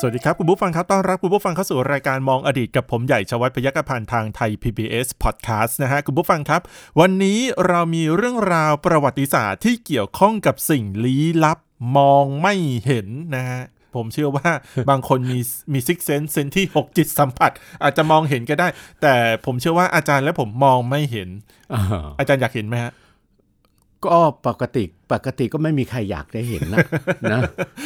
สวัสดีครับ คุณผู้ฟังครับต้อนรับคุณผู้ฟังเข้าสู่รายการมองอดีตกับผมใหญ่ชวัฒน์พยัคฆพันธ์ทางไทย PBS Podcast นะฮะคุณผู้ฟังครับ วันนี้เรามีเรื่องราวประวัติศาสตร์ที่เกี่ยวข้องกับสิ่งลี้ลับมองไม่เห็นนะฮะผมเชื่อว่า บางคนมีมีซิกเซนเซนที่ 6 จิตสัมผัส อาจจะมองเห็นก็ได้ แต่ผมเชื่อว่าอาจารย์และผมมองไม่เห็น อ่า อาจารย์อยากเห็นไหมฮะ ก็ปกติปกติก็ไม่มีใครอยากได้เห็น นะ นะ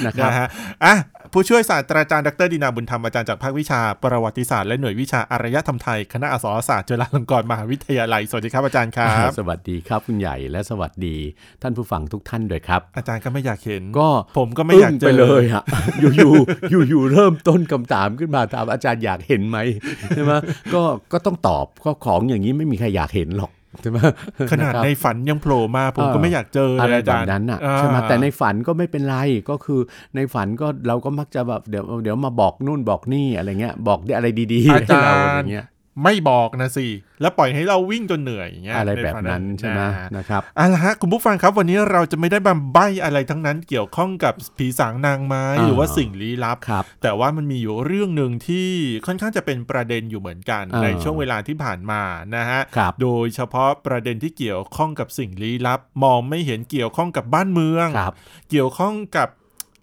นะครับ นะฮะอ่ะผู้ช่วยศาสตราจารย์ดรดินาบุญธรรมอาจารย์จากภาควิชาประวัติศาสตร์และหน่วยวิชาอารยธรรมไทย คณะอักษรศาสตร์จุฬาลงกรณ์มหาวิทยาลัย สวัสดีครับอาจารย์ครับ สวัสดีครับคุณใหญ่และสวัสดีท่านผู้ฟังทุกท่านด้วยครับ อาจารย์ก็ไม่อยากเห็น ก็ ผมก็ไม่อยาก ง เจ ไป อ เลยฮะ อยู่อยู่อยู่อยู่เริ่มต้นคำถามขึ้นมาถามอาจารย์อยากเห็นไหม ใช่ไหมก็ก็ต้องตอบก็ของอย่างนี้ไม่มีใครอยากเห็นหรอก ใช่ไหม ขนาด ะครับ ในฝันยังโผล่มาผมก็ไม่อยากเจอ อะ เล ไร ยอา แบ จา บ รย์ นั้นอ่ะ อ่า ใช่ไหมแต่ในฝันก็ไม่เป็นไรก็คือในฝันก็เราก็มักจะแบบเดี๋ยวเดี๋ยวมาบอกนู่นบอกนี่อะไรเงี้ยบอกอะไรดีๆ อาจารย์ ให้เอะไรเงี้ย ไม่บอกนะสิแล้วปล่อยให้เราวิ่งจนเหนื่อยอย่างเงี้ย อะไร ใ แบบนั้นใช่ไหม นะฮะ นะครับ เอาละฮะคุณผู้ฟังครับวันนี้เราจะไม่ได้บำใบอะไรทั้งนั้นเกี่ยวข้องกับผีสางนางไม้หรือว่าสิ่งลี้ลับ ครับ แต่ว่ามันมีอยู่เรื่องหนึ่งที่ค่อนข้างจะเป็นประเด็นอยู่เหมือนกัน อ่า ในช่วงเวลาที่ผ่านมานะฮะ ครับ โดยเฉพาะประเด็นที่เกี่ยวข้องกับสิ่งลี้ลับ มองไม่เห็นเกี่ยวข้องกับบ้านเมือง ครับ เกี่ยวข้องกับ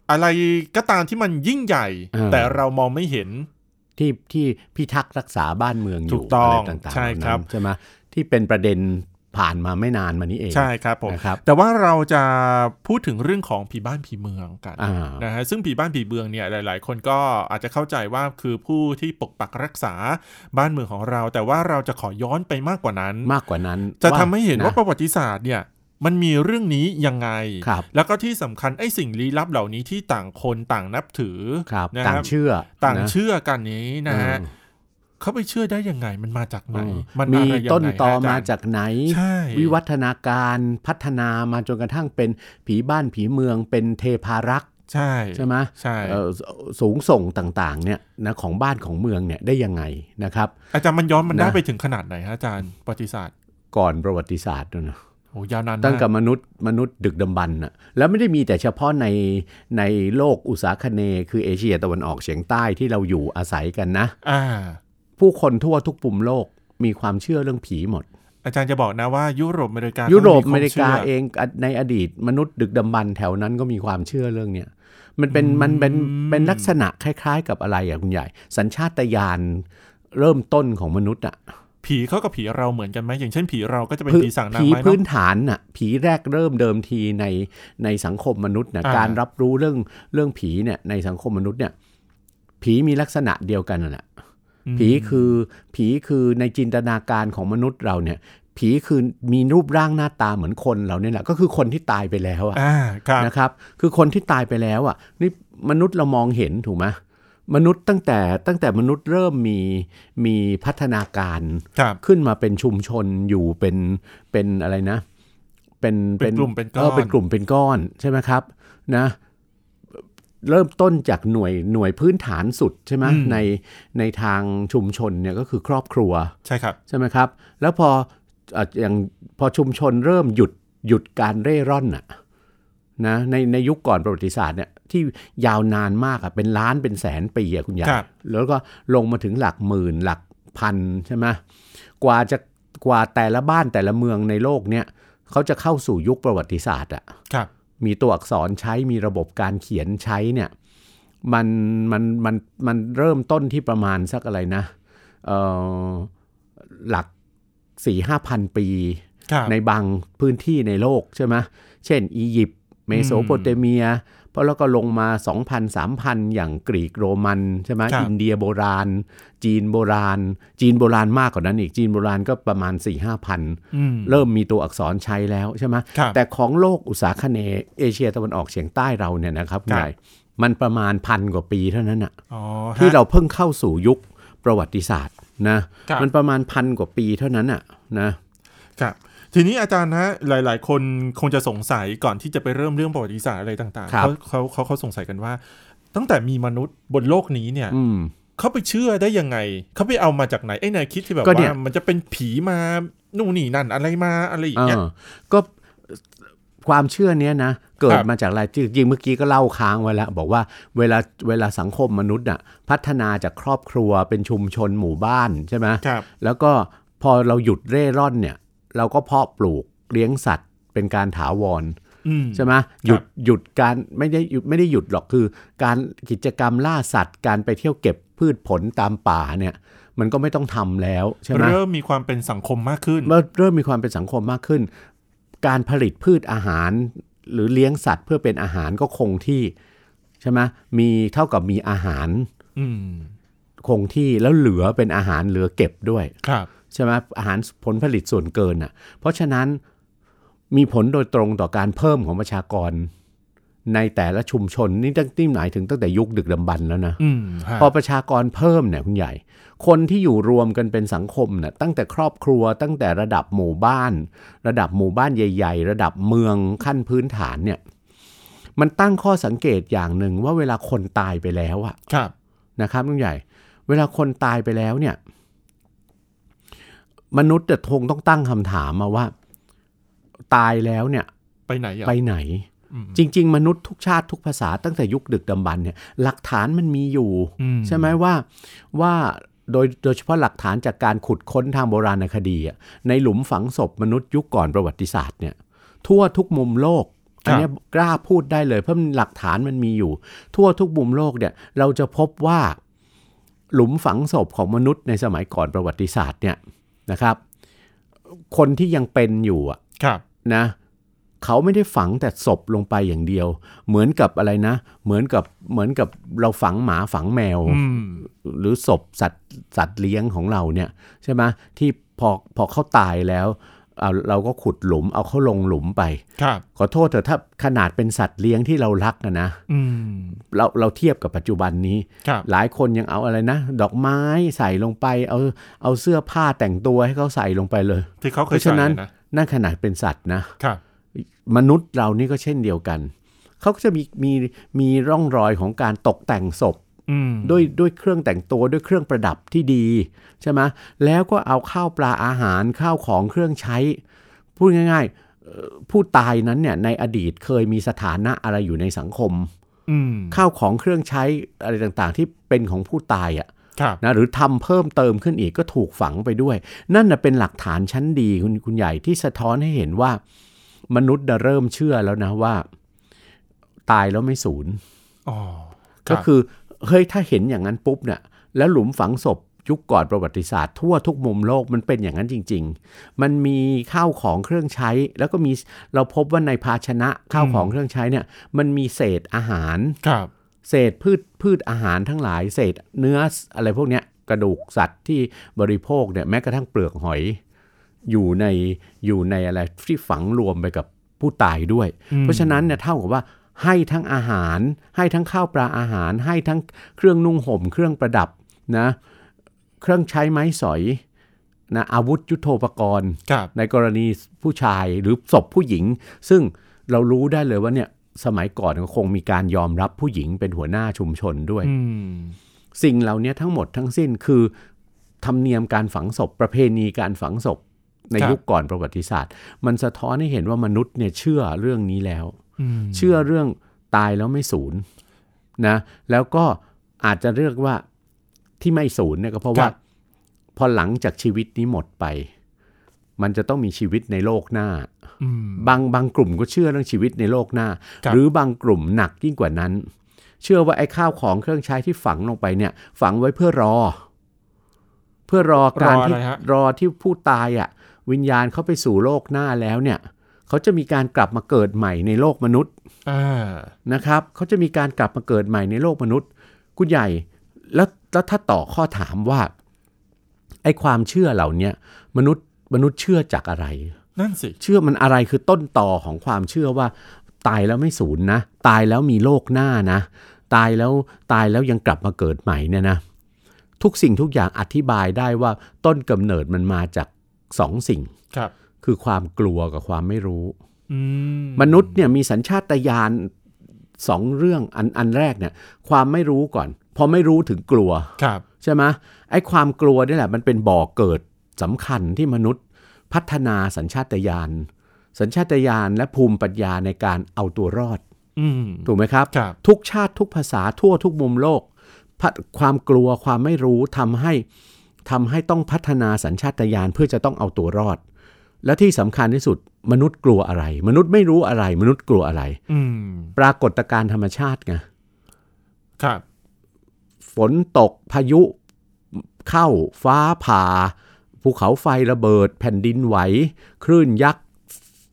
อะไรก็ตามที่มันยิ่งใหญ่ อ่า แต่เรามองไม่เห็น ที่ที่พิทักษ์รักษาบ้านเมืองอ ถู ยู่ กต้อง อะไรต่างๆ ใช่ครับ เหล่านั้นใช่ไหมที่เป็นประเด็นผ่านมาไม่นานมานี้เอง ใช่ครับผม นะครับ แต่ว่าเราจะพูดถึงเรื่องของผีบ้านผีเมืองกัน อ่าน นะฮะซึ่งผีบ้านผีเมืองเนี่ยหลาย ๆ คนก็อาจจะเข้าใจว่าคือผู้ที่ปกปักรักษาบ้านเมืองของเรา แต่ว่าเราจะขอย้อนไปมากกว่านั้น มากกว่านั้น จะทำให้เห็นว่าป ะ ระวัติศาสตร์เนี่ยมันมีเรื่องนี้ยังไง ครับ แล้วก็ที่สำคัญไอ้สิ่งลี้ลับเหล่านี้ที่ต่างคนต่างนับถือ ครับ นะ ต่าคงรับ เชื่อ ต่าง นะ เชื่อกันนี้นะฮะ เออ เขาไปเชื่อได้ยังไงมันมาจากไหน อืม มัน มี อะไรยังไง ต้นตอ ฮะจรย์ มาจากไหน ใช่ วิวัฒนาการพัฒนามาจนกระทั่งเป็นผีบ้านผีเมืองเป็นเทพารักษ์ ใช่ ใช่ไหม ใช่ เอ่อสสูงส่งต่างๆเนี่ยนะของบ้านของเมืองเนี่ยได้ยังไงนะครับ อาจารย์มันย้อนมัน นะ ได้ไปถึงขนาดไหนฮะอาจารย์ประวัติศาสตร์ ก่อนประวัติศาสตร์ด้วยนะ โอ้ยาวนานมาก ตั้งแต่มนุษย์มนุษย์ดึกดำบรรพ์น่ะแล้วไม่ได้มีแต่เฉพาะในในโลกอุตสาคเนย์คือเอเชียตะวันออกเฉียงใต้ที่เราอยู่อาศัยกันนะ อ่า ผู้คนทั่วทุกปุ่มโลกมีความเชื่อเรื่องผีหมด อาจารย์จะบอกนะว่ายุโรปอเมริกา ยุ ยุ โรปอเมริกาเองอ่ะในอดีตมนุษย์ดึกดำบรรพ์แถวนั้นก็มีความเชื่อเรื่องเนี้ยมันเป็นมันเป็นเป็นลักษณะคล้ายๆ กับอะไรอ่ะคุณใหญ่ สัญชาตญาณเริ่มต้นของมนุษย์อ่ะ ผีเขากับผีเราเหมือนกันไหมอย่างเช่นผีเราก็จะเป็น พื้น ผีสางนาง ผี ไม้เนอะ พื้นฐานน่ะผีแรกเริ่มเดิมทีในในสังคมมนุษย์นะ อ่า การรับรู้เรื่องเรื่องผีเนี่ยในสังคมมนุษย์เนี่ยผีมีลักษณะเดียวกันนั่นแหละ อืม ผีคือผีคือในจินตนาการของมนุษย์เราเนี่ย ผีคือมีรูปร่างหน้าตาเหมือนคนเราเนี่ยแหละก็คือคนที่ตายไปแล้วอะ อ่าครับ นะครับ คือคนที่ตายไปแล้วอ่ะนี่มนุษย์เรามองเห็นถูกไหมมนุษย์ตั้งแต่ตั้งแต่มนุษย์เริ่มมีมีพัฒนาการ ครับ ขึ้นมาเป็นชุมชนอยู่เป็นเป็นอะไรนะ เป็น เป็นกลุ่มเป็นก้อน อเป็นกลุ่มเป็นก้อนใช่ไหมครับนะ เริ่มต้นจากหน่วยหน่วยพื้นฐานสุดใช่ไหมในในทางชุมชนเนี่ยก็คือครอบครัว ใช่ครับ ใช่ไหมครับ แล้วพอเอ่ออย่างพอชุมชนเริ่มหยุดหยุดการเร่ร่อนน่ะนะในในยุคก่อนประวัติศาสตร์เนี่ยที่ยาวนานมากอะเป็นล้านเป็นแสนปีอะคุณยาย ครับ แล้วก็ลงมาถึงหลักหมื่นหลักพันใช่ไหมกว่าจะกว่าแต่ละบ้านแต่ละเมืองในโลกเนี่ยเขาจะเข้าสู่ยุคประวัติศาสตร์อะ ครับ มีตัวอักษรใช้มีระบบการเขียนใช้เนี่ยมันมันมันมันเริ่มต้นที่ประมาณสักอะไรนะเอ่อหลักสี่ห้าพันปี ครับ ในบางพื้นที่ในโลกใช่ไหมเช่น อียิปต์เมโสโปเตเมียเพราะแล้วก็ลงมา 2,000 3,000 อย่างกรีกโรมันใช่ไหม ครับ อินเดียโบราณ จีนโบราณ จีนโบราณมากกว่านั้นอีกจีนโบราณก็ประมาณ 4-5,000 อืม เริ่มมีตัวอักษรใช้แล้วใช่ไหม ครับ แต่ของโลกอุตสาคเนย์เอเชียตะวันออกเฉียงใต้เราเนี่ยนะครับคุคณรับ ใหญ่มันประมาณพันกว่าปีเท่านั้นอ่ะ อ๋อฮะ ที่เราเพิ่งเข้าสู่ยุคประวัติศาสตร์นะครับ มันประมาณพันกว่าปีเท่านั้นอ่ะนะครับ ทีนี้อาจารย์นะหลาย ๆ คนคงจะสงสัยก่อนที่จะไปเริ่มเรื่องประวัติศาสตร์อะไรต่างๆ ครับ เขาเขาเขาเขาสงสัยกันว่า ตั้งแต่มีมนุษย์บนโลกนี้เนี่ย อืม เขาไปเชื่อได้ยังไง เขาไปเอามาจากไหนไอ้แนวคิดที่แบบ ก็เนี่ย ว่ามันจะเป็นผีมานู่นนี่นั่นอะไรมาอะไรอย่างเงี้ย เออก็ความเชื่อเนี้ยนะเกิ ครั ด บ มาจากอะไรจริงๆเมื่อกี้ก็เล่าค้างไว้แล้ว บอกว่าเวลาเวลาสังคมมนุษย์อ่ะพัฒนาจากครอบครัวเป็นชุมชนหมู่บ้านใช่ไหม ครับ แล้วก็พอเราหยุดเร่ร่อนเนี่ย เราก็เพาะปลูกเลี้ยงสัตว์ เป็นการถาวร อืม ใช่ไหมหยุดหยุดการไม่ได้หยุดไม่ได้หยุดหรอกคือ การกิจกรรมล่าสัตว์ การไปเที่ยวเก็บพืชผลตามป่าเนี่ย มันก็ไม่ต้องทำแล้วใช่ไหม เริ่มมีความเป็นสังคมมากขึ้น เมื่อเริ่มมีความเป็นสังคมมากขึ้น การผลิตพืชอาหาร หรือเลี้ยงสัตว์เพื่อเป็นอาหารก็คงที่ใช่ไหมมีเท่ากับมีอาหาร อืม คงที่แล้วเหลือเป็นอาหารเหลือเก็บด้วย ครับ ใช่ไหมอาหารผลผลิตส่วนเกินอ่ะ เพราะฉะนั้นมีผลโดยตรงต่อการเพิ่มของประชากร ในแต่ละชุมชนนี่ตั้งนี่หมายถึงตั้งแต่ยุคดึกดำบรรพ์แล้วนะ อืมฮะ พอประชากรเพิ่มเนี่ยคุณใหญ่ คนที่อยู่รวมกันเป็นสังคมเนี่ยตั้งแต่ครอบครัวตั้งแต่ระดับหมู่บ้าน ระดับหมู่บ้านใหญ่ ๆ ระดับเมืองขั้นพื้นฐานเนี่ยมันตั้งข้อสังเกตอย่างหนึ่งว่าเวลาคนตายไปแล้วอะ ครับ นะครับลุงใหญ่ เวลาคนตายไปแล้วเนี่ยมนุษย์จะทงต้องตั้งคำถามมาว่า ตายแล้วเนี่ย ไปไหนอ่ะ ไปไหน อืม จริง ๆ มนุษย์ทุกชาติทุกภาษาตั้งแต่ยุคดึกดำบรรพ์เนี่ยหลักฐานมันมีอยู่ อื ใช่ไหมว่าว่าโดยโดยเฉพาะหลักฐานจากการขุดค้นทางโบราณคดีอะในหลุมฝังศพมนุษย์ยุคก่อนประวัติศาสตร์เนี่ยทั่วทุกมุมโลก อันเนี้ยกล้าพูดได้เลยเพราะมันหลักฐานมันมีอยู่ ทั่วทุกมุมโลกเนี่ยเราจะพบว่าหลุมฝังศพของมนุษย์ในสมัยก่อนประวัติศาสตร์เนี่ยนะครับ คนที่ยังเป็นอยู่อะ ครับ นะเขาไม่ได้ฝังแต่ศพลงไปอย่างเดียว เหมือนกับอะไรนะ เหมือนกับเหมือนกับเราฝังหมาฝังแมว อืม หรือศพสัตว์สัตว์เลี้ยงของเราเนี่ยใช่ไหมที่พอพอเขาตายแล้วเอาเราก็ขุดหลุมเอาเขาลงหลุมไป ครับ ขอโทษเถอะถ้าขนาดเป็นสัตว์เลี้ยงที่เรารักนะนะ อืม เราเราเทียบกับปัจจุบันนี้ ครับ หลายคนยังเอาอะไรนะ ดอกไม้ใส่ลงไป เอาเอาเสื้อผ้าแต่งตัวให้เขาใส่ลงไปเลย ที่เขาเคยเพราะ ใส่ ฉะนั้น นะ นั่นขนาดเป็นสัตว์นะ ครับ มนุษย์เรานี่ก็เช่นเดียวกัน เขาก็จะมีมีมีร่องรอยของการตกแต่งศพ อืม ด้วยด้วยเครื่องแต่งตัวด้วยเครื่องประดับที่ดีใช่ไหมแล้วก็เอาข้าวปลาอาหารข้าวของเครื่องใช้ พูดง่ายๆเอ่อผู้ตายนั้นเนี่ยในอดีตเคยมีสถานะอะไรอยู่ในสังคม อืม ข้าวของเครื่องใช้อะไรต่างๆ ที่เป็นของผู้ตายอ่ะ ครับ นะหรือทำเพิ่มเติมขึ้นอีกก็ถูกฝังไปด้วย นั่นนะเป็นหลักฐานชั้นดีคุณคุณใหญ่ที่สะท้อนให้เห็นว่า มนุษย์น่ะเริ่มเชื่อแล้วนะว่า ตายแล้วไม่สูญ อ๋อ ก็ รับ คือเฮ้ยถ้าเห็นอย่างนั้นปุ๊บเนี่ยแล้วหลุมฝังศพยุคก่อนประวัติศาสตร์ทั่วทุกมุมโลกมันเป็นอย่างนั้นจริง ๆ มันมีข้าวของเครื่องใช้ แล้วก็มีเราพบว่าในภาชนะข้าวของเครื่องใช้เนี่ย มันมีเศษอาหาร ครับ เศษพืชพืชอาหารทั้งหลาย เศษเนื้ออะไรพวกเนี้ยกระดูกสัตว์ที่บริโภคเนี่ยแม้กระทั่งเปลือกหอย อยู่ในอยู่ในอะไรที่ฝังรวมไปกับผู้ตายด้วย อืม เพราะฉะนั้นเนี่ยเท่ากับว่าให้ทั้งอาหาร ให้ทั้งข้าวปลาอาหาร ให้ทั้งเครื่องนุ่งห่ม เครื่องประดับนะเครื่องใช้ไม้สอยนะอาวุธยุโทโธปกรณ์ ครับ ในกรณีผู้ชายหรือศพผู้หญิง ซึ่งเรารู้ได้เลยว่าเนี่ยสมัยก่อนก็คงมีการยอมรับผู้หญิงเป็นหัวหน้าชุมชนด้วย อืม สิ่งเหล่านี้ทั้งหมดทั้งสิ้นคือธรรมเนียมการฝังศพ ประเพณีการฝังศพ ใน ครับ ยุคก่อนประวัติศาสตร์ มันสะท้อนให้เห็นว่ามนุษย์เนี่ยเชื่อเรื่องนี้แล้ว อืม เชื่อเรื่องตายแล้วไม่สูญนะแล้วก็อาจจะเรียกว่าที่ไม่สูญเนี่ยก็เพราะ ครั ว่า บ พอหลังจากชีวิตนี้หมดไป มันจะต้องมีชีวิตในโลกหน้า อืม บางบางกลุ่มก็เชื่อเรื่องชีวิตในโลกหน้า ครับ หรือบางกลุ่มหนักยิ่งกว่านั้น เชื่อว่าไอ้ข้าวของเครื่องใช้ที่ฝังลงไปเนี่ย ฝังไว้เพื่อรอ เพื่อรอการ รออะไร ที่ ฮะ รอที่ผู้ตายอ่ะ วิญญาณเขาไปสู่โลกหน้าแล้วเนี่ย เขาจะมีการกลับมาเกิดใหม่ในโลกมนุษย์ อ่า นะครับเขาจะมีการกลับมาเกิดใหม่ในโลกมนุษย์คุณใหญ่แล้วแล้วถ้าต่อข้อถามว่าไอ้ความเชื่อเหล่าเนี้ยมนุษย์มนุษย์เชื่อจากอะไร นั่นสิ เชื่อมันอะไรคือต้นต่อของความเชื่อว่า ตายแล้วไม่สูญนะ ตายแล้วมีโลกหน้านะ ตายแล้วตายแล้วยังกลับมาเกิดใหม่เนี่ยนะทุกสิ่งทุกอย่างอธิบายได้ว่าต้นกำเนิดมันมาจากสองสิ่ง ครับ คือความกลัวกับความไม่รู้ อืม มนุษย์เนี่ยมีสัญชาตญาณสองเรื่องอันอันแรกเนี่ยความไม่รู้ก่อน พอไม่รู้ถึงกลัว ครับ ใช่ไหมไอ้ความกลัวนี่แหละมันเป็นบ่อเกิดสำคัญที่มนุษย์พัฒนาสัญชาตญาณสัญชาตญาณและภูมิปัญญาในการเอาตัวรอด อืม ถูกไหมครับ ครับ ทุกชาติทุกภาษาทั่วทุกมุมโลกพะความกลัวความไม่รู้ทำให้ทำให้ต้องพัฒนาสัญชาตญาณเพื่อจะต้องเอาตัวรอด และที่สำคัญที่สุดมนุษย์กลัวอะไร มนุษย์ไม่รู้อะไร มนุษย์กลัวอะไร อืม ปรากฏการณ์ธรรมชาติไง ครับ ฝนตกพายุเข้าฟ้าผ่า ภูเขาไฟระเบิด แผ่นดินไหว คลื่นยักษ์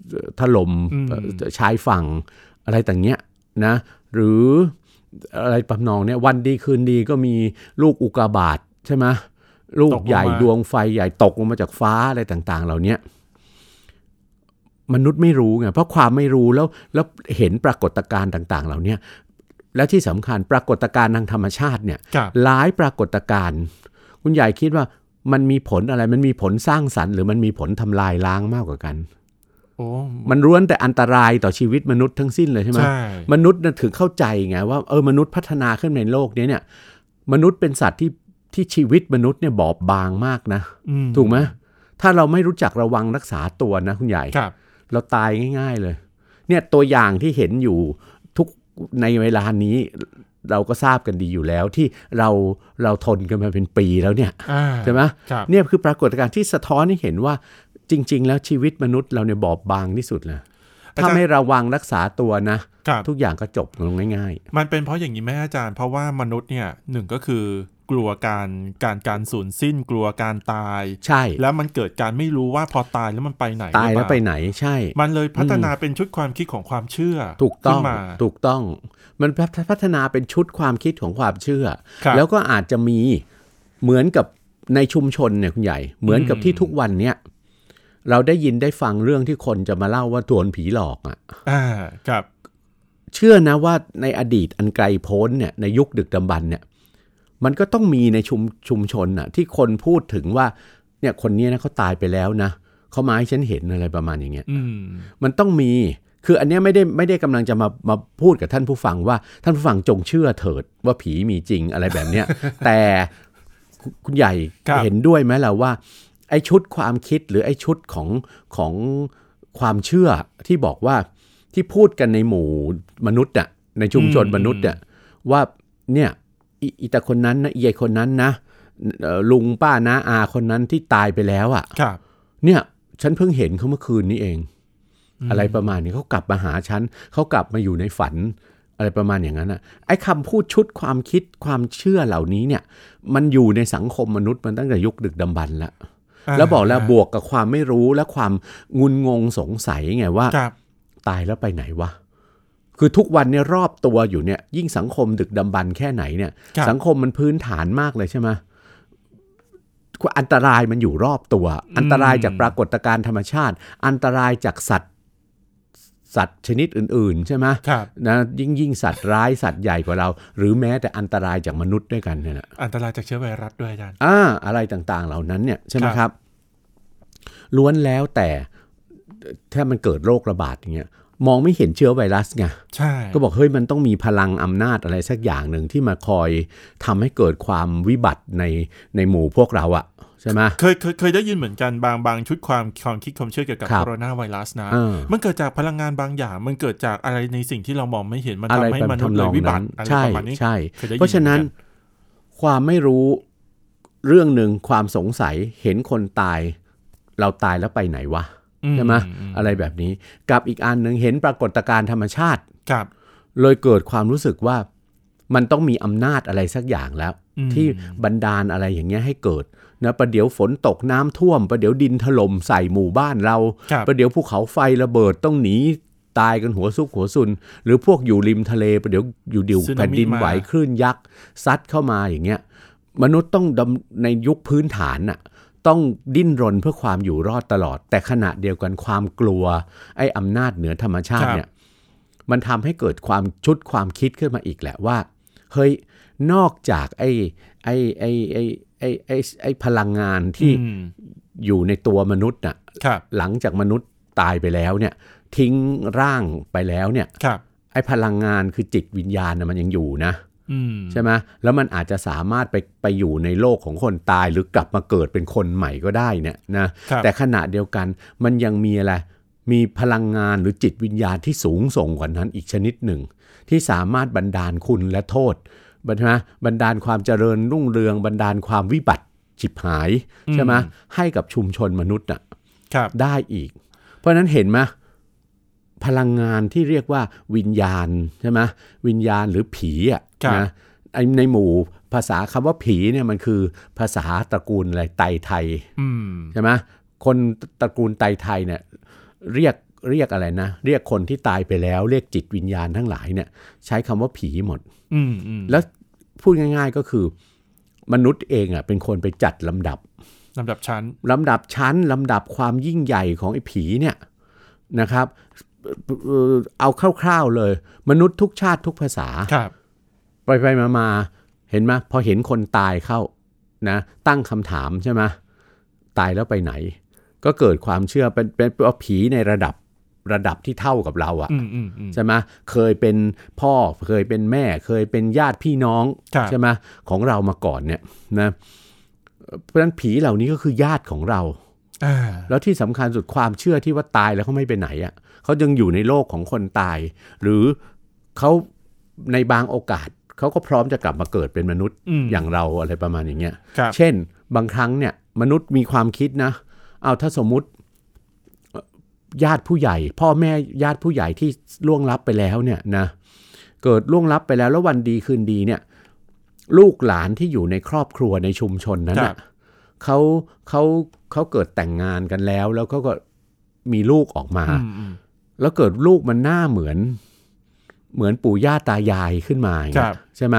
เอ่อถล่มเอ่อชายฝั่งอะไรต่างเนี้ยนะหรืออะไรปำนองเนี่ยวันดีคืนดีก็มีลูกอุกาบาตใช่ไหมลูกใหญ่ดวงไฟใหญ่ตกลงมาจากฟ้าอะไรต่างๆ เหล่าเนี้ยมนุษย์ไม่รู้ไงเพราะความไม่รู้แล้วแล้วเห็นปรากฏการณ์ต่าง ๆ เหล่าเนี้ยและที่สำคัญปรากฏการณ์ทางธรรมชาติเนี่ย ครับ หลายปรากฏการณ์ คุณใหญ่คิดว่ามันมีผลอะไร มันมีผลสร้างสรรค์หรือมันมีผลทำลายล้างมากกว่ากัน โอ้ มันร้วนแต่อันตรายต่อชีวิตมนุษย์ทั้งสิ้นเลยใช่ไหม ใช่ มนุษย์น่ะถึงเข้าใจไงว่าเออมนุษย์พัฒนาขึ้นในโลกนี้เนี่ย มนุษย์เป็นสัตว์ที่ที่ชีวิตมนุษย์เนี่ยบอบบางมากนะ อืม ถูกไหมถ้าเราไม่รู้จักระวังรักษาตัวนะคุณใหญ่ ครับ เราตายง่าย ๆเลย เนี่ยตัวอย่างที่เห็นอยู่ทุกในเวลานี้เราก็ทราบกันดีอยู่แล้วที่เราเราทนกันมาเป็นปีแล้วเนี่ย อ่า ใช่ไหม ครับ เนี่ยคือปรากฏการณ์ที่สะท้อนให้เห็นว่าจริง ๆ แล้วชีวิตมนุษย์เราเนี่ยบอบบางที่สุดเลยถ้าไม่ระวังรักษาตัวนะ ครับ ทุกอย่างก็จบลงง่าย มันเป็นเพราะอย่างนี้ไหมอาจารย์ เพราะว่ามนุษย์เนี่ยหนึ่งก็คือกลัวการการการสูญสิ้น กลัวการตาย ๆ ใช่ แล้วมันเกิดการไม่รู้ว่าพอตายแล้วมันไปไหน ตายแล้หรืวไปอเป ไหนใช่ ล่ามันเลยพัฒนาเป็นชุดความคิดของความเชื่อ ถูกต้อ ขึ้ ง นมา ถูกต้องมันพัฒพัฒนาเป็นชุดความคิดของความเชื่อ ครับ แล้วก็อาจจะมีเหมือนกับในชุมชนเนี่ยคุณใหญ่ เหมือนกับ อืม ที่ทุกวันเนี่ยเราได้ยินได้ฟังเรื่องที่คนจะมาเล่าว่าโดนผีหลอกอะ่ะ อ่าครับ เชื่อนะว่าในอดีตอันไกลโพ้นเนี่ยในยุคดึกดำบรรพ์เนี่ยมันก็ต้องมีในชุมชุมชนน่ะที่คนพูดถึงว่าเนี่ยคนเนี้ยนะเขาตายไปแล้วนะเขามาให้ฉันเห็นอะไรประมาณอย่างเงี้ย อืม มันต้องมี คืออันเนี้ยไม่ได้ไม่ได้กำลังจะมามาพูดกับท่านผู้ฟังว่าท่านผู้ฟังจงเชื่อเถิดว่าผีมีจริงอะไรแบบเนี้ย แต่คุณคุณใหญ่เห็นด้วยไหมล่ะว่า ไอ้ชุดความคิดหรือไอ้ชุดของของความเชื่อที่บอกว่าที่พูดกันในหมู่มนุษย์อะในชุมชนมนุษย์อะว่าเนี่ยอีอีตาคนนั้นนะอีไอคนนั้นนะเอ่อลุงป้านาอาคนนั้นที่ตายไปแล้วอะ ครับ เนี่ยฉันเพิ่งเห็นเขาเมื่อคืนนี้เอง อะไรประมาณนี้เขากลับมาหาฉันเขากลับมาอยู่ในฝัน อะไรประมาณอย่างนั้นอ่ะไอ้คำพูดชุดความคิดความเชื่อเหล่านี้เนี่ย มันอยู่ในสังคมมนุษย์มันตั้งแต่ยุคดึกดำบรรพ์แล้ว อ่า แล้วบอกแล้วบวกกับความไม่รู้และความงุนงงสงสัยไงว่า ครับ ตายแล้วไปไหนวะ คือทุกวันเนี่ยรอบตัวอยู่เนี่ย ยิ่งสังคมดึกดำบรรพ์แค่ไหนเนี่ย ครับ สังคมมันพื้นฐานมากเลยใช่ไหมอันตรายมันอยู่รอบตัว อันตรายจากปรากฏการณ์ธรรมชาติ อันตรายจากสัตว์ สัตว์ชนิดอื่น ๆ ใช่ไหม ครับ นะยิ่งยิ่งสัตว์ร้ายสัตว์ใหญ่กว่าเรา หรือแม้แต่อันตรายจากมนุษย์ด้วยกันเนี่ยแหละ อันตรายจากเชื้อไวรัสด้วยอาจารย์ อ่าอะไรต่างๆ เหล่านั้นเนี่ยใช่ไหม ครับ ครับ ล้วนแล้วแต่ถ้ามันเกิดโรคระบาดอย่างเงี้ยมองไม่เห็นเชื้อไวรัสไง ใช่ ก็บอกเฮ้ยมันต้องมีพลังอำนาจอะไรสักอย่างหนึ่งที่มาคอยทำให้เกิดความวิบัติในในหมู่พวกเราอะใช่ไหม เคยเคยเคยได้ยินเหมือนกันบางบางชุดความความคิดความเชื่อเกี่ยวกับ ครับ โคโรนาไวรัสนะ เออ มันเกิดจากพลังงานบางอย่าง มันเกิดจากอะไรในสิ่งที่เรามองไม่เห็นมัน อะไร ทำให้ แบบ มนุษย์ ทำน เลย อง วิบั นั้ ติ น อะไร ใช่ ประมาณนี้ ใช่ เคยได้ยิน เพราะฉะนั้น เหมือนกั ความไม่รู้เรื่องหนึ่งความสงสัยเห็นคนตาย เราตายแล้วไปไหนวะ อื ใช่ไหมอะไรแบบนี้ กับอีกอันหนึ่งเห็นปรากฏการณ์ธรรมชาติ ครับ เลยเกิดความรู้สึกว่ามันต้องมีอำนาจอะไรสักอย่างแล้ว อืม ที่บันดาลอะไรอย่างเงี้ยให้เกิดนะประเดี๋ยวฝนตกน้ำท่วม ประเดี๋ยวดินถล่มใส่หมู่บ้านเรา ครับ ประเดี๋ยวภูเขาไฟระเบิดต้องหนีตายกันหัวซุกหัวซุน หรือพวกอยู่ริมทะเลประเดี๋ยวอยู่เดี๋ยว สึนามิ แผ่นดินไหว มา คลื่นยักษ์ซัดเข้ามาอย่างเงี้ยมนุษย์ต้องดำในยุคพื้นฐานน่ะต้องดิ้นรนเพื่อความอยู่รอดตลอด แต่ขณะเดียวกันความกลัว ไอ้อำนาจเหนือธรรมชาติเนี่ย มันทำให้เกิดความชุดความคิดขึ้นมาอีกแหละว่า เฮ้ย นอกจากไอ้ไอ้ไอ้ไอ้ไอ้ไอ้ไอ้พลังงานที่ อืม อยู่ในตัวมนุษย์น่ะ ครับ หลังจากมนุษย์ตายไปแล้วเนี่ยทิ้งร่างไปแล้วเนี่ย ครับ ไอ้พลังงานคือจิตวิญญาณนะมันยังอยู่นะ อืม ใช่ไหมแล้วมันอาจจะสามารถไปไปอยู่ในโลกของคนตายหรือกลับมาเกิดเป็นคนใหม่ก็ได้เนี่ยนะ ครับ แต่ขณะเดียวกันมันยังมีอะไร มีพลังงานหรือจิตวิญญาณที่สูงส่งกว่านั้นอีกชนิดหนึ่ง ที่สามารถบันดาลคุณและโทษบันนะบันดาลความเจริญรุ่งเรืองบันดาลความวิบัติฉิบหายใช่ไหมให้กับชุมชนมนุษย์น่ะ ครับ ได้อีก เพราะฉะนั้นเห็นไหมพลังงานที่เรียกว่าวิญญาณใช่ไหมวิญญาณหรือผีอ่ะนะไอ้ในหมู่ภาษาคำว่าผีเนี่ยมันคือภาษาตระกูลอะไรไตไทย อืม ใช่ไหมคนตระกูลไตไทยเนี่ยเรียกเรียกอะไรนะ เรียกคนที่ตายไปแล้ว เรียกจิตวิญญาณทั้งหลายเนี่ยใช้คำว่าผีหมด อืมอืม แล้วพูดง่ายๆก็คือ มนุษย์เองอ่ะเป็นคนไปจัดลำดับ ลำดับชั้น ลำดับชั้นลำดับความยิ่งใหญ่ของไอ้ผีเนี่ยนะครับเอ่อเอาคร่าวๆเลย มนุษย์ทุกชาติทุกภาษา ครับ ไปไปมามาเห็นไหมพอเห็นคนตายเข้านะตั้งคำถามใช่ไหมตายแล้วไปไหน ก็เกิดความเชื่อเป็นเป็นว่าผีในระดับระดับที่เท่ากับเราอะ อืมอืมอืม ใช่ไหมเคยเป็นพ่อเคยเป็นแม่ เคยเป็นญาติพี่น้อง ครับ ใช่ไหมของเรามาก่อนเนี่ยนะเพราะฉะนั้นผีเหล่านี้ก็คือญาติของเรา อ่า แล้วที่สำคัญสุดความเชื่อที่ว่าตายแล้วเขาไม่ไปไหนอะ่ะเขายังอยู่ในโลกของคนตาย หรือเขาในบางโอกาสเขาก็พร้อมจะกลับมาเกิดเป็นมนุษย์ อืม อย่างเราอะไรประมาณอย่างเงี้ย ครับ เช่น บางครั้งเนี่ยมนุษย์มีความคิดนะ เอาถ้าสมมุติเอ่อญาติผู้ใหญ่ พ่อแม่ญาติผู้ใหญ่ที่ล่วงลับไปแล้วเนี่ยนะเกิดล่วงลับไปแล้วแล้ววันดีคืนดีเนี่ยลูกหลานที่อยู่ในครอบครัวในชุมชนนั้น ครั น่ะ บ เขาเขาเขาเกิดแต่งงานกันแล้ว แล้วเขาก็มีลูกออกมา อืมอืม แล้วเกิดลูกมันหน้าเหมือน เหมือนปู่ย่าตายายขึ้นมาอย่าง ค เงี้ รั ย บ ใช่ไหม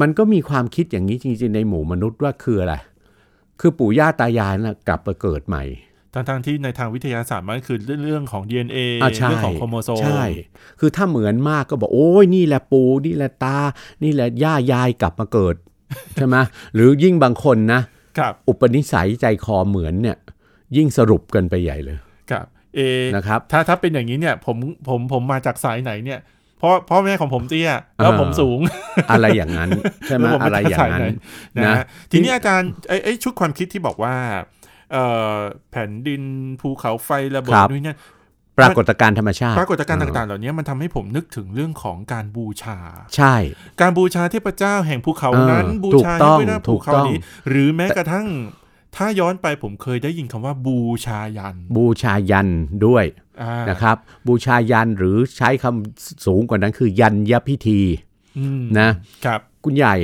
มันก็มีความคิดอย่างนี้จริงๆ ในหมู่มนุษย์ว่าคืออะไร คือปู่ย่าตายายนะกลับมาเกิดใหม่ ทั้งทที่ในทางวิทยาศาสตร์มันคือเรื่องของ DNA อ่าใช่ เรื่องของโครโมโซม ใช่ คือถ้าเหมือนมากก็บอกโอ้ยนี่แหละปู่นี่แหละตา นี่แหละย่ายายกลับมาเกิด ใช่ไหมหรือยิ่งบางคนนะ ครับ อุปนิสัยใจคอเหมือนเนี่ย ยิ่งสรุปกันไปใหญ่เลย ครับ เอ นะครับ ถ้าถ้าเป็นอย่างนี้เนี่ย ผมผมผมมาจากสายไหนเนี่ยพ่อพ่อแม่ของผมเตี้ยแล้ว อ่า ผมสูง อะไรอย่าง นั้น ใช่ไหม แล้วผมไม่ อะไรอย่างนั้น เข้าใจเลย นะ นะ ฮะทีนี้อาจารย์ไอ้ไอ้ชุดความคิดที่บอกว่าเอ่อแผ่นดินภูเขาไฟระเบิดนู่นนนั่น ปรากฏการณ์ธรรมชาติ ปรากฏการณ์ต่างๆ เหล่านี้มันทำให้ผมนึกถึงเรื่องของการบูชา ใช่ การบูชาเทพเจ้าแห่งภูเขา เออ นั้น บูชา ถูกต้อง ให้ด้วยหน้า ถู ภู ก เขา ต้อง นี้ หรือแม้กระทั่ง ถ้าย้อนไปผมเคยได้ยินคำว่าบูชายัน บูชายันด้วย อ่า นะครับบูชายันหรือใช้คำสูงกว่านั้นคือยันยพิธี อืม นะครับ คุณใหญ่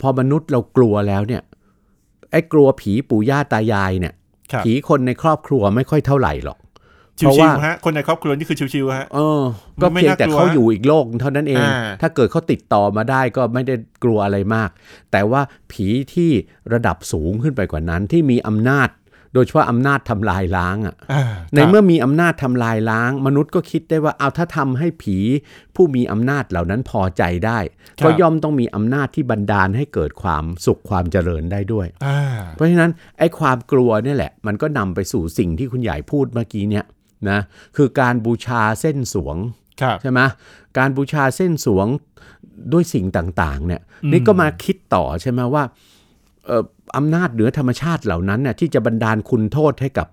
พอมนุษย์เรากลัวแล้วเนี่ยไอ้กลัวผีปู่ย่าตายายเนี่ย ครับ ผีคนในครอบครัวไม่ค่อยเท่าไหร่หรอก ชิ เพราะ ว ว่า ๆฮะคนในครอบครัวนี่คือชิวๆฮะ เออ ก็ ไม่ เพียง น่ากลัว แต่เขาอยู่อีกโลกเท่านั้นเอง อ่า ถ้าเกิดเขาติดต่อมาได้ก็ไม่ได้กลัวอะไรมาก แต่ว่าผีที่ระดับสูงขึ้นไปกว่านั้นที่มีอำนาจ โดยเฉพาะอำนาจทำลายล้างอ่ะ อ่า ใน ครับ เมื่อมีอำนาจทำลายล้าง มนุษย์ก็คิดได้ว่าเอาถ้าทำให้ผีผู้มีอำนาจเหล่านั้นพอใจได้ ก็ย่อมต้องมีอำนาจที่บันดาลให้เกิดความสุขความเจริญได้ด้วย อ่า เพราะฉะนั้นไอ้ความกลัวเนี่ยแหละ มันก็นำไปสู่สิ่งที่คุณใหญ่พูดเมื่อกี้เนี่ยนะคือการบูชาเส้นสวง ครับ ใช่ไหมการบูชาเส้นสวงด้วยสิ่งต่างๆเนี่ยนี่ก็มาคิดต่อใช่ไหมว่าเอ่ออำนาจเหนือธรรมชาติเหล่านั้นเนี่ยที่จะบันดาลคุณโทษให้กับ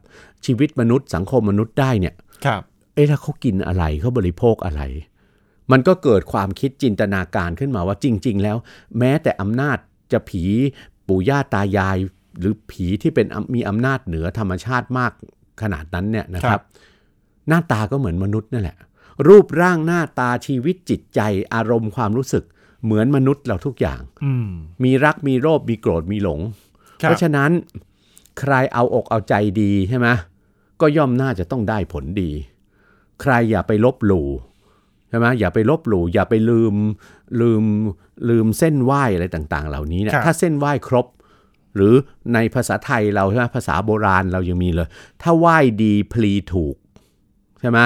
ชีวิตมนุษย์ สังคมมนุษย์ได้เนี่ย ครับ เอ๊ะถ้าเขากินอะไรเขาบริโภคอะไร มันก็เกิดความคิดจินตนาการขึ้นมาว่าจริง ๆ แล้ว แม้แต่อำนาจจะผีปู่ย่าตายาย หรือผีที่เป็นอำมีอำนาจเหนือธรรมชาติมากขนาดนั้นเนี่ยนะครับ หน้าตาก็เหมือนมนุษย์นั่นแหละ รูปร่างหน้าตาชีวิตจิตใจอารมณ์ความรู้สึก เหมือนมนุษย์เราทุกอย่าง อืม มีรักมีโลภมีโกรธมีหลง ครับเพราะฉะนั้นใครเอาอกเอาใจดีใช่ไหมก็ย่อมน่าจะต้องได้ผลดี ใครอย่าไปลบหลู่ใช่ไหมอย่าไปลบหลู่อย่าไปลืมลืมลืมเส้นไหวอะไรต่าง ๆ เหล่านี้เนี่ยถ้าเส้นไหวครบ หรือในภาษาไทยเราใช่ไหมภาษาโบราณเรายังมีเลย ถ้าไหวดีพลีถูกใช่ไหม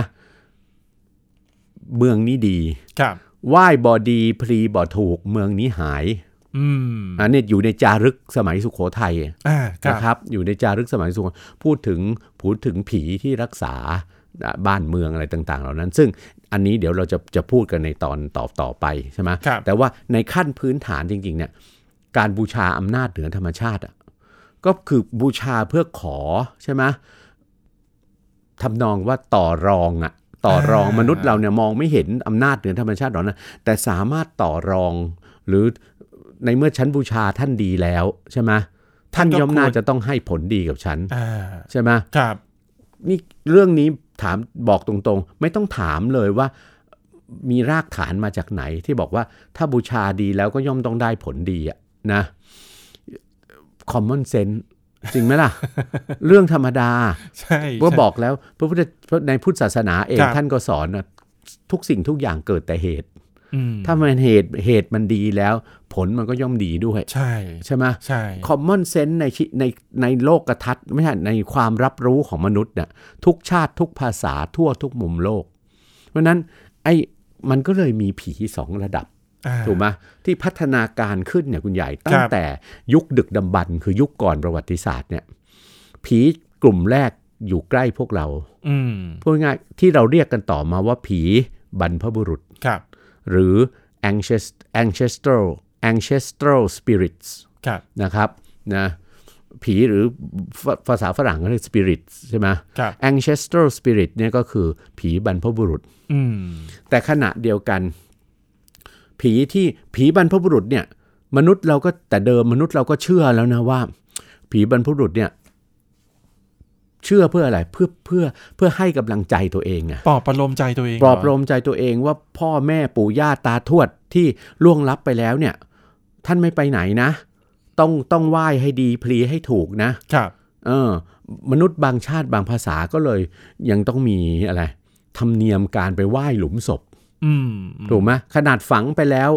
เมืองนี้ดี ครับ ไหวบอดีพลีบอถูก เมืองนี้หาย อืม อันนี้อยู่ในจารึกสมัยสุโขทัย อ่าค นะค รั รับ บอยู่ในจารึกสมัยสุโขพูดถึงพูดถึงผีที่รักษาบ้านเมืองอะไรต่าง ๆ เหล่านั้น ซึ่งอันนี้เดี๋ยวเราจะจะพูดกันในตอนต่อต่อไปใช่ไหม ครับ แต่ว่าในขั้นพื้นฐานจริง ๆ เนี่ย การบูชาอำนาจเหนือธรรมชาติอะก็คือบูชาเพื่อขอใช่ไหมทำนองว่าต่อรองอะต่อรอง อ่าม มนุษย์เราเนี่ยมองไม่เห็นอำนาจเหนือธรรมชาติหรอกนะแต่สามารถต่อรอง หรือในเมื่อฉันบูชาท่านดีแล้วใช่ไหมท่านย่อมน่าจะต้องให้ผลดีกับฉัน อ่า ใช่ไหม ครับ นี่เรื่องนี้ถามบอกตรงๆ ไม่ต้องถามเลยว่ามีรากฐานมาจากไหนที่บอกว่าถ้าบูชาดีแล้วก็ย่อมต้องได้ผลดีอะนะ common sense จริงไหม ล่ะ เรื่องธรรมดา ใช่ ก็บ ใช่ อกแล้วพระพุทธในพุทธศาสนาเอง ครับ ท่านก็สอนนะทุกสิ่งทุกอย่างเกิดแต่เหตุ อืม ถ้ามันเหตุเหตุมันดีแล้ว ผลมันก็ย่อมดีด้วย ใช่ ใช่ไหม ใช่ common sense ในชีในในโลกกระทัดไม่ใช่ในความรับรู้ของมนุษย์น่ะทุกชาติทุกภาษาทั่วทุกมุมโลก เพราะฉะนั้นไอ้มันก็เลยมีผีสองระดับ อ่า ถูกไหมที่พัฒนาการขึ้นเนี่ยคุณใหญ่ตั้ ค ง รับ แต่ยุคดึกดำบรรพ์คือยุคก่อนประวัติศาสตร์เนี่ยผีกลุ่มแรกอยู่ใกล้พวกเรา อืม พูดง่ายๆที่เราเรียกกันต่อมาว่าผีบรรพบุรุษ ครับ หรือ ancest- ancestral ancestral spirits ครับ นะครับนะผีหรือภาภาษาฝรั่งเรียก spirits ใช่ไหม ครับ ancestral spirit เนี่ยก็คือผีบรรพบุรุษ อืม แต่ขณะเดียวกัน ผีที่ผีบรรพบุรุษเนี่ยมนุษย์เราก็แต่เดิมมนุษย์เราก็เชื่อแล้วนะว่า ผีบรรพบุรุษเนี่ยเชื่อเพื่ออะไรเพื่อเพื่อเพื่อให้กำลังใจตัวเองอะ ปลอบประโลมใจตัวเอง ปลอบ เห ประโลมใจตัวเองว่าพ่อแม่ปู่ย่าตาทวดที่ล่วงลับไปแล้วเนี่ย ท่านไม่ไปไหนนะ ต้องต้องไหว้ให้ดีพลีให้ถูกนะ ครับ เออ มนุษย์บางชาติบางภาษาก็เลยยังต้องมีอะไรธรรมเนียมการไปไหว้หลุมศพ อืมอืม ถูกไหมขนาดฝังไปแล้ว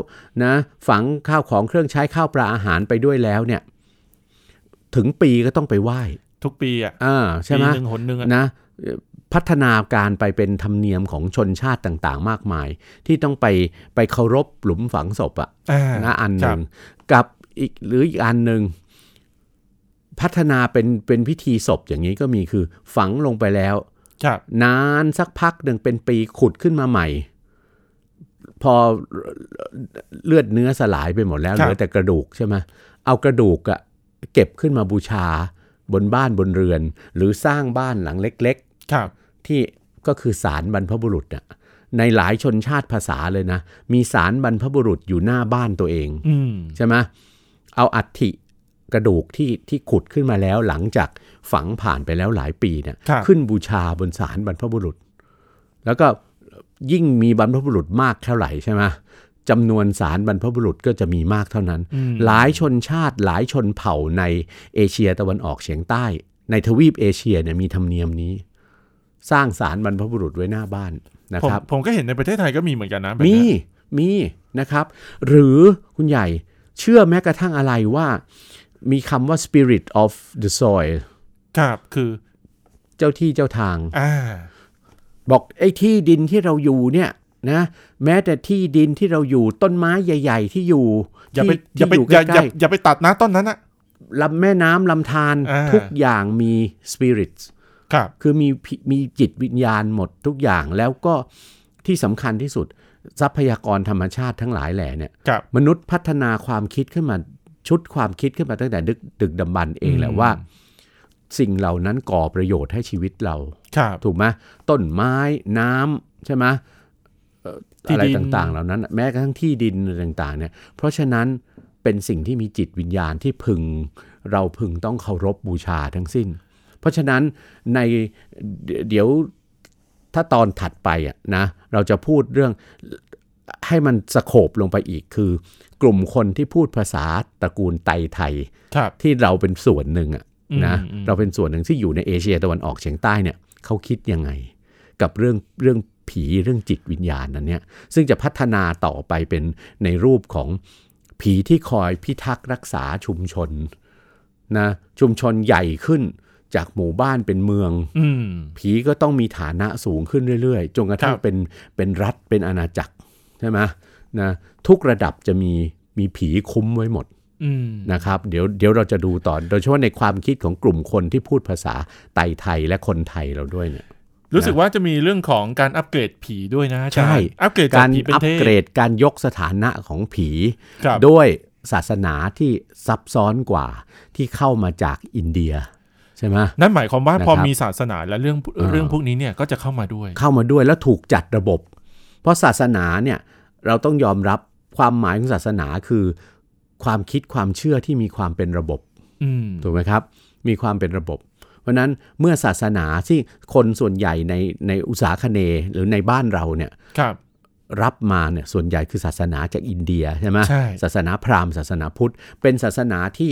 นะ ฝังข้าวของเครื่องใช้ข้าวปลาอาหารไปด้วยแล้วเนี่ย ถึงปีก็ต้องไปไหว้ ทุกปีอ่ะ อ่าใช่ไหม ปีหนึ่งหนหนึ่งอ่ะ นะเอ่อพัฒนาการไปเป็นธรรมเนียมของชนชาติต่างๆ มากมาย ที่ต้องไปไปเคารพหลุมฝังศพอะ อ่า นะอันห ครั นึ่ บ งกับอีกหรืออีกอันหนึ่งพัฒนาเป็นเป็นพิธีศพอย่างนี้ก็มีคือฝังลงไปแล้ว ครับ นานสักพักหนึ่งเป็นปีขุดขึ้นมาใหม่ พอเลือดเนื้อสลายไปหมดแล้ว ค เห รับ ลือแต่กระดูกใช่ไหมเอากระดูกอะเก็บขึ้นมาบูชาบนบ้านบนเรือน หรือสร้างบ้านหลังเล็ก ๆ ครับ ที่ก็คือสารบรรพบุรุษน่ะในหลายชนชาติภาษาเลยนะ มีสารบรรพบุรุษอยู่หน้าบ้านตัวเอง อืม ใช่ไหมเอาอัฐิกระดูกที่ที่ขุดขึ้นมาแล้วหลังจากฝังผ่านไปแล้วหลายปีเนี่ย ครับ ขึ้นบูชาบนสารบรรพบุรุษ แล้วก็ยิ่งมีบรรพบุรุษมากเท่าไหร่ใช่ไหมจำนวนสารบรรพบุรุษก็จะมีมากเท่านั้น อืม หลายชนชาติหลายชนเผ่าในเอเชียตะวันออกเฉียงใต้ ในทวีปเอเชียเนี่ยมีธรรมเนียมนี้ สร้างสารบรรพบุรุษไว้หน้าบ้านนะ ผม ครับ ผมก็เห็นในประเทศไทยก็มีเหมือนกันนะแบบ มี เนี้ย มีนะครับ หรือคุณใหญ่เชื่อแม้กระทั่งอะไรว่ามีคำว่า spirit of the soil ครับคือ เจ้าที่เจ้าทาง อ่า บอกไอ้ที่ดินที่เราอยู่เนี่ยนะแม้แต่ที่ดินที่เราอยู่ต้นไม้ใหญ่ ๆ ที่อยู่ อย่าไปอที่ย่าไป ที่อยู่ อย่าอ ใก ย่า ล้ อย่าไปตัดนะต้นนั้นอ่ะ ๆลำแม่น้ำลำธาร อ่า ทุกอย่างมี spirit ครับ คือมีผีมีจิตวิญญาณหมดทุกอย่างแล้วก็ที่สำคัญที่สุด ทรัพยากรธรรมชาติทั้งหลายแหล่เนี่ย ครับ มนุษย์พัฒนาความคิดขึ้นมาชุดความคิดขึ้นมาตั้งแต่ดึกดึกดำบรรพ์เองแหละ อืม ว่า สิ่งเหล่านั้นก่อประโยชน์ให้ชีวิตเรา ครับ ถูกไหมต้นไม้น้ำใช่ไหมเอ่ออะไรต่างๆ เหล่านั้นน่ะแม้กระทั่งที่ดินอะไรต่างๆเนี่ยเพราะฉะนั้นเป็นสิ่งที่มีจิตวิญญาณที่พึง เราพึงต้องเคารพบูชาทั้งสิ้น เพราะฉะนั้นในเดี๋ยวเดี๋ยวถ้าตอนถัดไปอ่ะนะเราจะพูดเรื่องให้มันสะโขบลงไปอีกคือ กลุ่มคนที่พูดภาษาตระกูลไตไทย ครับ ที่เราเป็นส่วนหนึ่งอะ อืม นะ อืม เราเป็นส่วนหนึ่งที่อยู่ในเอเชียตะวันออกเฉียงใต้เนี่ยเขาคิดยังไง กับเรื่องเรื่องผีเรื่องจิตวิญญาณนั้นเนี่ยซึ่งจะพัฒนาต่อไปเป็นในรูปของผีที่คอยพิทักษ์รักษาชุมชนนะชุมชนใหญ่ขึ้นจากหมู่บ้านเป็นเมือง อืม ผีก็ต้องมีฐานะสูงขึ้นเรื่อยๆ จนกระทั่ ค ง รับ เป็นเป็นรัฐเป็นอาณาจักรใช่ไหมนะทุกระดับจะมี มีผีคุ้มไว้หมด อืม นะครับเดี๋ยวเดี๋ยวเราจะดูต่อ โดยเฉพาะในความคิดของกลุ่มคนที่พูดภาษาไตไทยและคนไทยเราด้วยเนี่ย รู้สึกว่าจะมีเรื่องของการอัปเกรดผีด้วยนะอาจารย์ ใช่ อัปเกรดจาก าร กผีเป็น อัป เทพ เกรดการยกสถานะของผี ครับ ด้วยศาสนาที่ซับซ้อนกว่าที่เข้ามาจากอินเดียใช่ไหม นั่นหมายความว่า นะครับ พอมีศาสนาและเรื่อง อ่า เรื่องพวกนี้เนี่ยก็จะเข้ามาด้วย เข้ามาด้วยแล้วถูกจัดระบบ เพราะศาสนาเนี่ยเราต้องยอมรับความหมายของศาสนาคือ ความคิดความเชื่อที่มีความเป็นระบบ อืม ถูกไหมครับ มีความเป็นระบบ เพราะฉะนั้นเมื่อศาสนาที่คนส่วนใหญ่ในในอุตสาคเนย์หรือในบ้านเราเนี่ย ครับ รับมาเนี่ยส่วนใหญ่คือศาสนาจากอินเดียใช่ไหม ใช่ ศาสนาพราหมณ์ศาสนาพุทธ เป็นศาสนาที่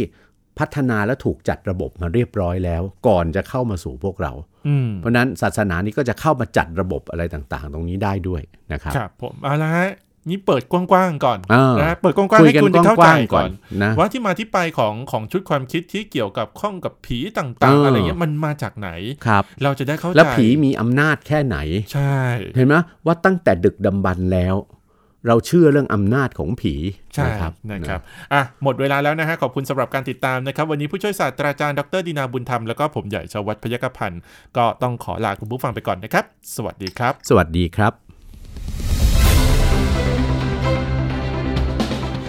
พัฒนาและถูกจัดระบบมาเรียบร้อยแล้ว ก่อนจะเข้ามาสู่พวกเรา อืม เพราะฉะนั้นศาสนานี้ก็จะเข้ามาจัดระบบอะไรต่างๆ ตรงนี้ได้ด้วยนะครับ ครับผมเอาละฮะนี่เปิดกว้างๆก่อน อ่าน นะฮะเปิดกว้างๆ คุย ให้ กัน คุณ ก ได้เข้าใจ ว้างๆก่ ก่ อ อน น นะ ว่าที่มาที่ไปของของชุดความคิดที่เกี่ยวกับข้องกับผีต่าง เอ ๆ ออ อะไรเงี้ยมันมาจากไหน ครับ เราจะได้เข้าใจ แล้วผีมีอำนาจแค่ไหน ใช่ เห็นไหมว่าตั้งแต่ดึกดำบรรพ์แล้ว เราเชื่อเรื่องอำนาจของผี ใช่ นะ ค ค รั รั บบ นะครับอ่ะหมดเวลาแล้วนะฮะขอบคุณสำหรับการติดตามนะครับ วันนี้ผู้ช่วยศาสตราจารย์ดรดินาบุญธรรมแล้วก็ผมใหญ่ชาววัฒน์พยกพันธ์ก็ต้องขอลาคุณผู้ฟังไปก่อนนะครับ สวัสดีครับ สวัสดีครับ